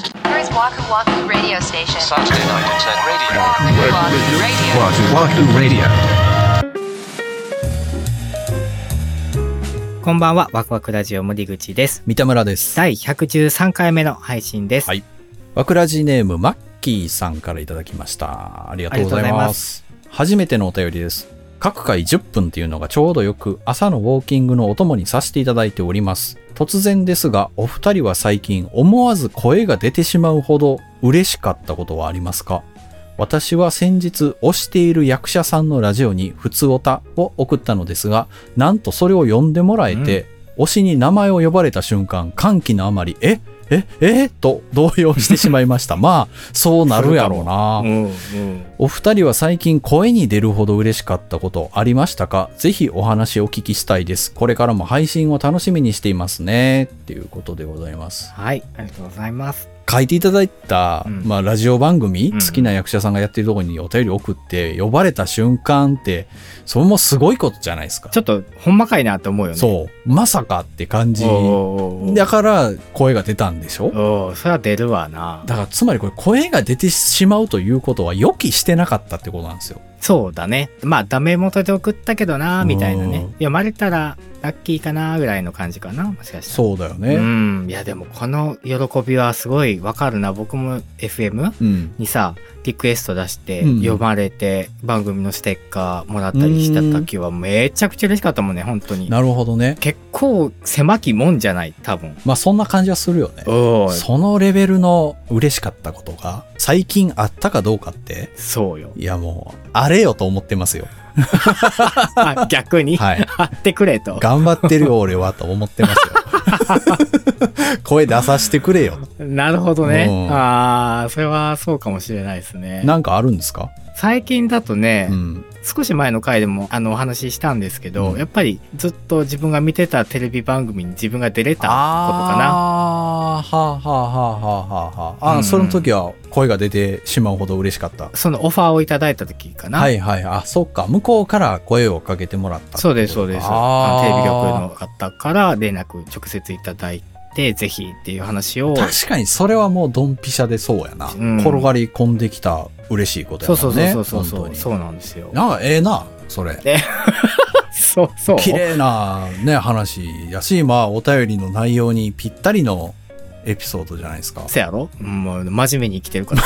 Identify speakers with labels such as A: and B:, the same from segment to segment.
A: Waku Waku Radio Station.
B: Saturday night at 10 radio.
A: Waku Waku Radio.
C: Wahoo Wahoo Radio.
D: こんばんは、ワクワクラジオ森口です。
E: 三田村です。
D: 第113回目の配信です。
E: はいわくらじネーム、マッキーさんからいただきました。ありがとうござい
D: ありがとうございま
E: ます。初めてのお便りです。各回10分っていうのがちょうどよく朝のウォーキングのお供にさせていただいております。突然ですが、お二人は最近思わず声が出てしまうほど嬉しかったことはありますか私は先日推している役者さんのラジオに普通おたを送ったのですが、なんとそれを呼んでもらえて、推しに名前を呼ばれた瞬間、歓喜のあまり、えええと動揺してしまいました。まあ、そうなるやろうな。
D: うんうん。
E: お二人は最近声に出るほど嬉しかったことありましたかぜひお話をお聞きしたいです。これからも配信を楽しみにしていますね。っていうことでございます。
D: はい、ありがとうございます。
E: 書いていただいた、
D: うん
E: まあ、ラジオ番組、
D: うん
E: 好きな役者さんがやってるところにお便り送って、呼ばれた瞬間って、それもすごいことじゃないですか。
D: ちょっと、ほんまかいなと思うよね。
E: そう。まさかって感じ。
D: おーおーおー
E: だから、声が出たんでしょ
D: おーそれは出るわな。
E: だから、つまりこれ、声が出てしまうということは、予期してなかったってことなんですよ。
D: そうだね。まあ、ダメ元で送ったけどな、みたいなね
E: うん。
D: 読まれたら、ラッキーかな、ぐらいの感じかな、もしかしたら。
E: そうだよね。
D: うん。いや、でも、この喜びはすごいわかるな。僕も FM?
E: うん
D: にさリクエスト出して
E: うん
D: 読まれて、番組のステッカーもらったりした時はめちゃくちゃ嬉しかったもんね本当に
E: なるほどね。
D: 結構狭きもんじゃない多分
E: まあそんな感じはするよね。
D: おー
E: そのレベルの嬉しかったことが最近あったかどうかって、
D: そうよ
E: いやもう、あれよと思ってますよ。
D: あ逆 に、
E: はい。
D: 貼ってくれと
E: 頑張ってるよ俺はと思ってます よ。声出させてくれよ。
D: なるほどね
E: うん
D: ああそれはそうかもしれないですね
E: なんかあるんですか
D: 最近だとね、
E: うん。
D: 少し前の回でもあのお話ししたんですけど、
E: うん
D: やっぱりずっと自分が見てたテレビ番組に自分が出れたことかな
E: あーはあはあはあはあはあ。あ、
D: うん
E: その時は声が出てしまうほど嬉しかった。
D: そのオファーをいただいた時かな、
E: はいはい。あ、そっか。向こうから声をかけてもらった。
D: そうですそうです
E: あー
D: テレビ局の方から連絡直接いただいてぜひっていう話を
E: 確かにそれはもうドンピシャでそうやな、
D: うん
E: 転がり込んできた嬉しいことや
D: そう
E: も
D: そうん
E: ね
D: そうそうそ
E: 本当
D: う
E: に
D: そうなんですよ
E: なんかええなそれ
D: そうそう
E: 綺麗なね話やしまあお便りの内容にぴったりのエピソードじゃないです か
D: せやろうんもう真面目に生きてるから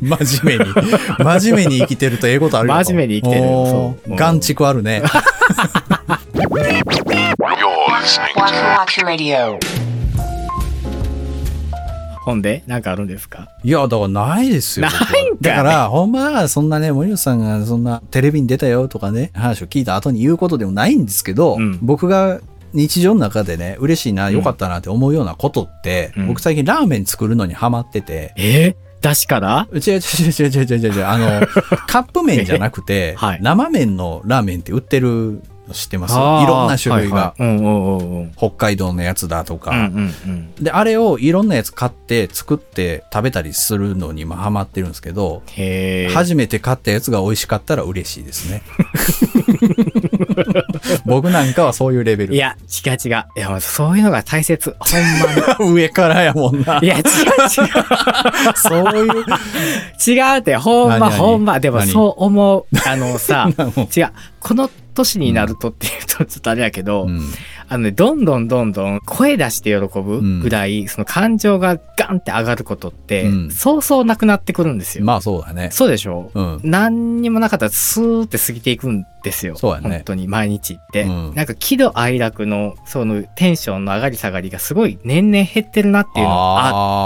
E: 真面目に真面目に生きてるとええことあるよ
D: 真面目に生きてるよ
E: お
D: そううん
E: ー眼蓄あるね
B: You're listening
A: Waku
B: to
A: Waku Radio.
D: ほんでなんかあるんですか
E: いやだからないですよ
D: ないん
E: 僕
D: かい
E: はだからほんまはそんなね森本さんがそんなテレビに出たよとかね話を聞いた後に言うことでもないんですけど、
D: うん
E: 僕が日常の中でね嬉しいな
D: うん
E: 良かったなって思うようなことって、
D: うん
E: 僕最近ラーメン作るのにハマってて、
D: え出しから
E: 違う違う違う違う違う違う違うあ のカップ麺じゃなくて、
D: はい
E: 生麺のラーメンって売ってるの知ってますい
D: あー
E: ろんな種類が、
D: はいはいうんうんうんうん
E: 北海道のやつだとか、
D: うんうんうん
E: であれをいろんなやつ買って作って食べたりするのに今ハマってるんですけど
D: へえ
E: 初めて買ったやつが美味しかったら嬉しいですね。 僕なんかはそういうレベル。
D: いや違う違ういやもうそういうのが大切ほんまに
E: 上からやもんな。
D: いや違う違う
E: そういう。
D: 違うって、ほんま
E: 何何
D: ほんま。でも
E: 何
D: そう思 う。あのさ
E: 何、
D: 違う。この年になるとっていうとちょっとあれやけど、
E: うん
D: あのね、どんどんどんどん声出して喜ぶぐらい、その感情がガンって上がることって、
E: うん
D: そうそうなくなってくるんですよ。
E: まあそうだね。
D: そうでしょ
E: うん。
D: 何にもなかったらスーって過ぎていくんですよ。
E: そうやね
D: 本当に毎日って。
E: うん
D: なんか喜怒哀楽のそのテンションの上がり下がりがすごい年々減ってるなっていうのが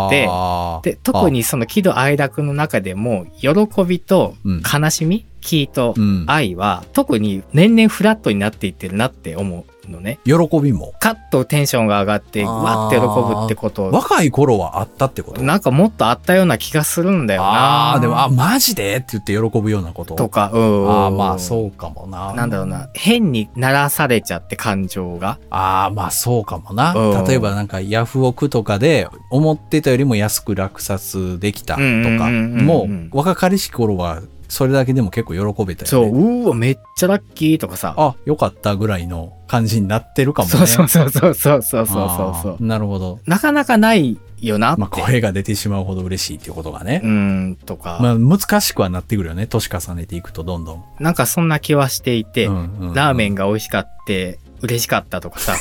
D: あっって
E: あー
D: で特にその喜怒哀楽の中でも喜びと
E: うん
D: 悲しみ、喜と
E: うん
D: 愛は特に年々フラットになっていってるなって思うのね。
E: 喜びも。
D: カッとテンションが上がって
E: あー
D: わって喜ぶってこと
E: 若い頃はあったってこと
D: なんかもっとあったような気がするんだよな。
E: ああ、でも、あ、マジでって言って喜ぶようなこと。
D: とかうん
E: ああ、まあそうかもな。
D: なんだろうな変にならされちゃって感情が
E: ああ、まあそうかもな
D: うん。
E: 例えばなんかヤフオクとかで思ってたよりも安く落札できたとか
D: うんうんうんうんう
E: も
D: ん
E: 若かりし頃はそれだけでも結構喜べた
D: そ
E: よ
D: う、
E: ね。
D: うーわ、めっちゃラッキーとかさ。
E: あ、よかったぐらいの感じになってるかもね。
D: そうそうそうそうそうそうそうそう
E: あ。ーなるほど。
D: なかなかないよなって。
E: まあ、声が出てしまうほど嬉しいっていうことがね
D: う。ん、とか、
E: まあ、難しくはなってくるよね。年重ねていくとどんどん。
D: なんかそんな気はしていて、
E: うんうんうん
D: ラーメンが美味しかって、嬉しかったと かさ。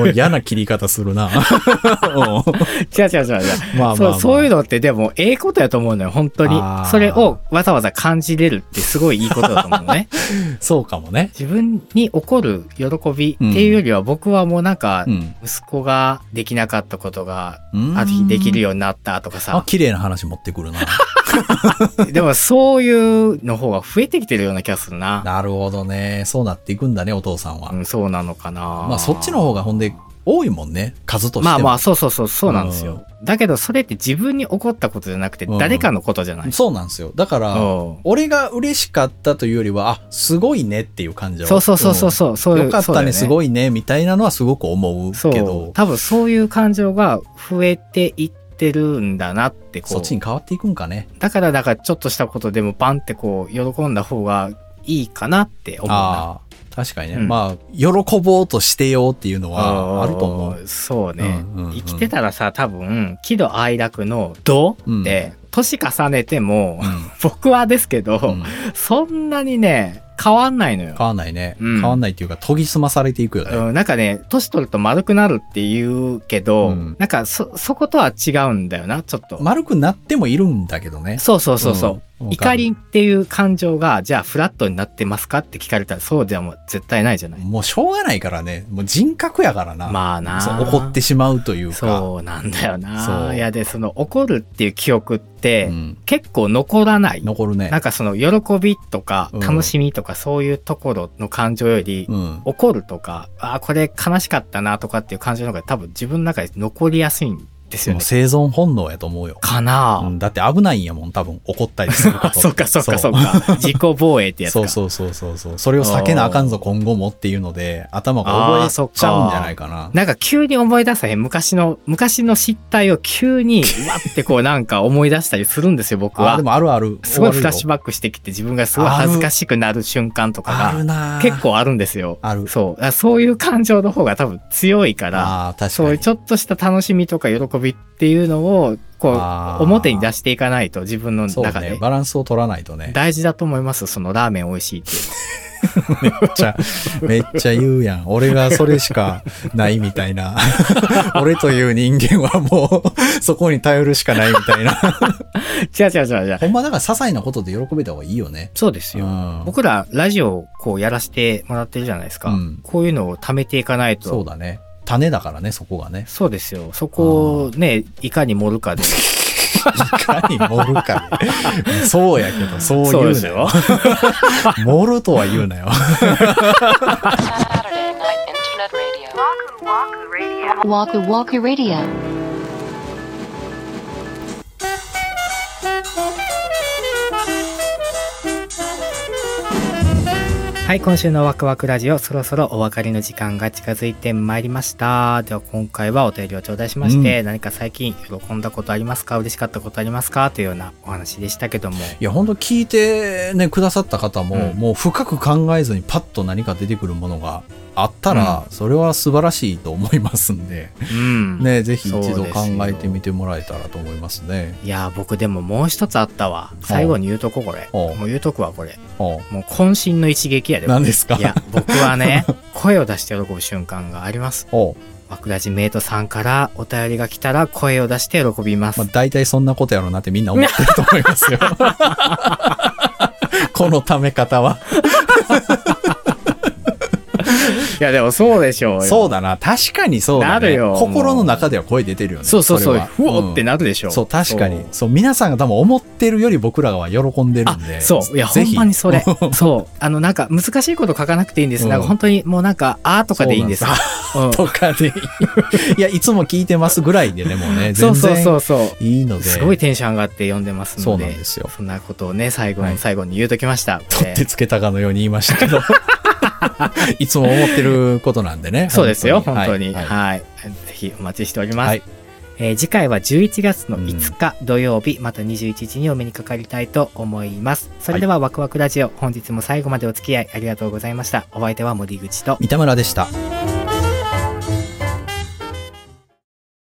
E: おい嫌な切り方す るな。本
D: 違う違う違う違う。
E: まあまあまあ
D: そうそういうのってでも、ええことやと思うのよ、本当に
E: あー。
D: それをわざわざ感じれるってすごいいいことだと思う のね。
E: そうかもね。
D: 自分に起こる喜びっていうよりは、僕はもうなんか
E: う、ん。
D: 息子ができなかったことが、ある日でき
E: よ。
D: るようになったとか
E: あ
D: さ、。
E: 綺麗な話持ってくるな。
D: でもそういうの方が増えてきてるような気がするな。
E: なるほどね。そうなっていくんだね、お父さんは。
D: うん、そうなのかな。
E: まあ、そっちの方がほんで多いもんね。数として
D: ま
E: は
D: あまあ、そうそうそう、そうなんですよ。だけど、それって自分に起こったことじゃなくて、
E: うん
D: 誰かのことじゃない。
E: そうなんですよ。だから、
D: うん
E: 俺が嬉しかったというよりは、あ、すごいねっていう感じは。
D: そうそうそうそうそう、そうい
E: ん
D: う。
E: よかったねす
D: い
E: ごいね、みたいなのはすごく思う
D: そう
E: けど、
D: 多分そういう感情が増えていってるんだなって、
E: そ
D: こ
E: っち
D: う。
E: に変わっていくんかね。
D: だから、だから、ちょっとしたことでもバンってこう、喜んだ方がいいかなって思うな。
E: ああ、確かにね。
D: うん
E: まあ、喜ぼうとしてようっていうのはあると思う。
D: う。そうね、
E: うんうんうん
D: 生きてたらさ、多分、喜怒哀楽の度って、年重ねても、 僕はですけど、
E: うん
D: そんなにね、変わんないのよ。
E: 変わんないね。
D: うん
E: 変わんないっていうか、研ぎ澄まされていくよね。
D: うん、なんかね、年取ると丸くなるって言うけど、
E: うん
D: なんかそ、そことは違うんだよな、ちょっと。
E: 丸くなってもいるんだけどね。
D: そうそうそうそう。
E: うん
D: 怒りっていう感情が、じゃあフラットになってますかって聞かれたら、そうではもう絶対ないじゃない。
E: もうしょうがないからね。もう人格やからな。
D: まあな
E: そう怒ってしまうというか。
D: そうなんだよな。
E: そう
D: いやで、その怒るっていう記憶って、
E: うん
D: 結構残らない。
E: 残るね
D: なん。かその喜びとか
E: うん
D: 楽しみとかそういうところの感情より、
E: うん。
D: 怒るとか、ああ、これ悲しかったなとかっていう感情の方が多分自分の中で残りやすいんですよ
E: もう
D: ね。
E: 生存本能やと思うよ。
D: かなあ、
E: うんだって危ないんやもん、多分怒ったりすること
D: あ
E: って
D: そっかそっかそっか。自己防衛ってやつ
E: そ
D: か。
E: うそうそうそうそう。それを避けなあかんぞ、今後もっていうので、頭が覚えちゃうんじゃないかな。
D: なんか急に思い出さへん。昔の、昔の失態を急に、うわってこうなんか思い出したりするんですよ、僕
E: あ、
D: は
E: で。もあるある。
D: すごいフラッシュ
E: バッ
D: バックしてきて自分がすごい恥ずかしくなる瞬間と
E: ある
D: か
E: な
D: が
E: あ
D: 結。構あるんですよ。
E: ある
D: そう。だからそういう感情の方が多分強いから。
E: ああ、確
D: そう
E: か
D: いう
E: に。
D: ちょっとした楽しみとか喜びっていうのを、こ
E: あー
D: う、表に出していかないと自分の
E: そう
D: 中
E: ね。
D: で。
E: バランスを取らないとね。
D: 大事だと思います、そのラーメン美味 しいっていう
E: めっちゃ、めっちゃ言うやん。俺がそれしかないみたい な。俺という人間はもう、そこに頼るしかないみたいな。
D: の。違う違う違う違う。
E: ほんまだから些細なことで喜べた方がいいよね。
D: そうですよ。
E: うん
D: 僕らラジオをこうやらせてもらってるじゃないですか。
E: うん
D: こういうのを貯めていかないと。
E: そうだね。種だからね、そこが ね。
D: そうですよ。そこをね、いかに盛るかで。
E: いかに盛るかね。 そうやけど、そう言うなよ。盛るとは言うなよ。
A: Saturday Night Internet Radio. Waku Waku Radio. Waku Waku Radio.
D: はい、今週のワクワクラジオ、そろそろお別れの時間が近づいてまいりました。では今回はお便りを頂戴しまして、何か最近喜んだことありますか嬉しかったことありますかというようなお話でしたけ ども。
E: いや、本当聞いてね、くださった方も、
D: うん
E: もう深く考えずにパッと何か出てくるものがあったら、それは素晴らしいと思いますんで、
D: うん。
E: ね、ぜひ一
D: そ
E: 度
D: うです
E: 考
D: よ
E: えてみてもらえたらと思いますね。
D: いやー、僕でももう一つあったわ。最後に言うとここれ。
E: おう
D: もう言うとこはこれ。
E: おう
D: もう渾身の一撃やで。
E: 何ですか
D: いや、僕はね、 声を出して喜ぶ瞬間があります。
E: おう
D: 枠ラジメイトさんからお便りが来たら声を出して喜びます。
E: まあ、大体そんなことやろうなってみんな思ってると思い ますよ。このため方は。
D: いや、でもそうでしょうよ。
E: そうだな。確かにそうだ、ね。
D: なるよ
E: 心の中では声出てるよね。
D: そうそうそう。
E: れは
D: ふおってなるでし
E: う
D: ょ。
E: んそう、確かに
D: そう。
E: そう、皆さんが多分思ってるより僕らは喜んでる
D: あ
E: んで。、
D: そう。いや、ほ
E: ぜ
D: ん
E: ひ。
D: まにそれ
E: そう
D: そう。あの、なんか、難しいこと書かなくていいんです。なん
E: うん
D: か、本当に、もうなんか、あーとかでいいんです。
E: そう
D: うん
E: とか でいい。いや、いつも聞いてますぐらいでね、もうね。
D: そ
E: 全
D: うそうそ
E: 然
D: うそ
E: いいの
D: う。
E: で。
D: すごいテンション上がって読んでます
E: そう
D: の
E: なん
D: で
E: で、すよ。
D: そんなことをね、最後
E: は
D: の
E: い
D: 最後に言うときました。こ
E: 取
D: れ
E: ってつけたかのように言いましたけ ど。いつも思ってることなんでね。
D: そうですよ、本
E: はい
D: 当に。
E: はい
D: はい。ぜひお待ちしております。
E: はい
D: えー次回は11月の5日土曜日、また21時にお目にかかりたいと思います。それではワクワクラジオ、本日も最後までお付き合いありがとうございました。お相手は森口と
E: 三田村でした
C: 「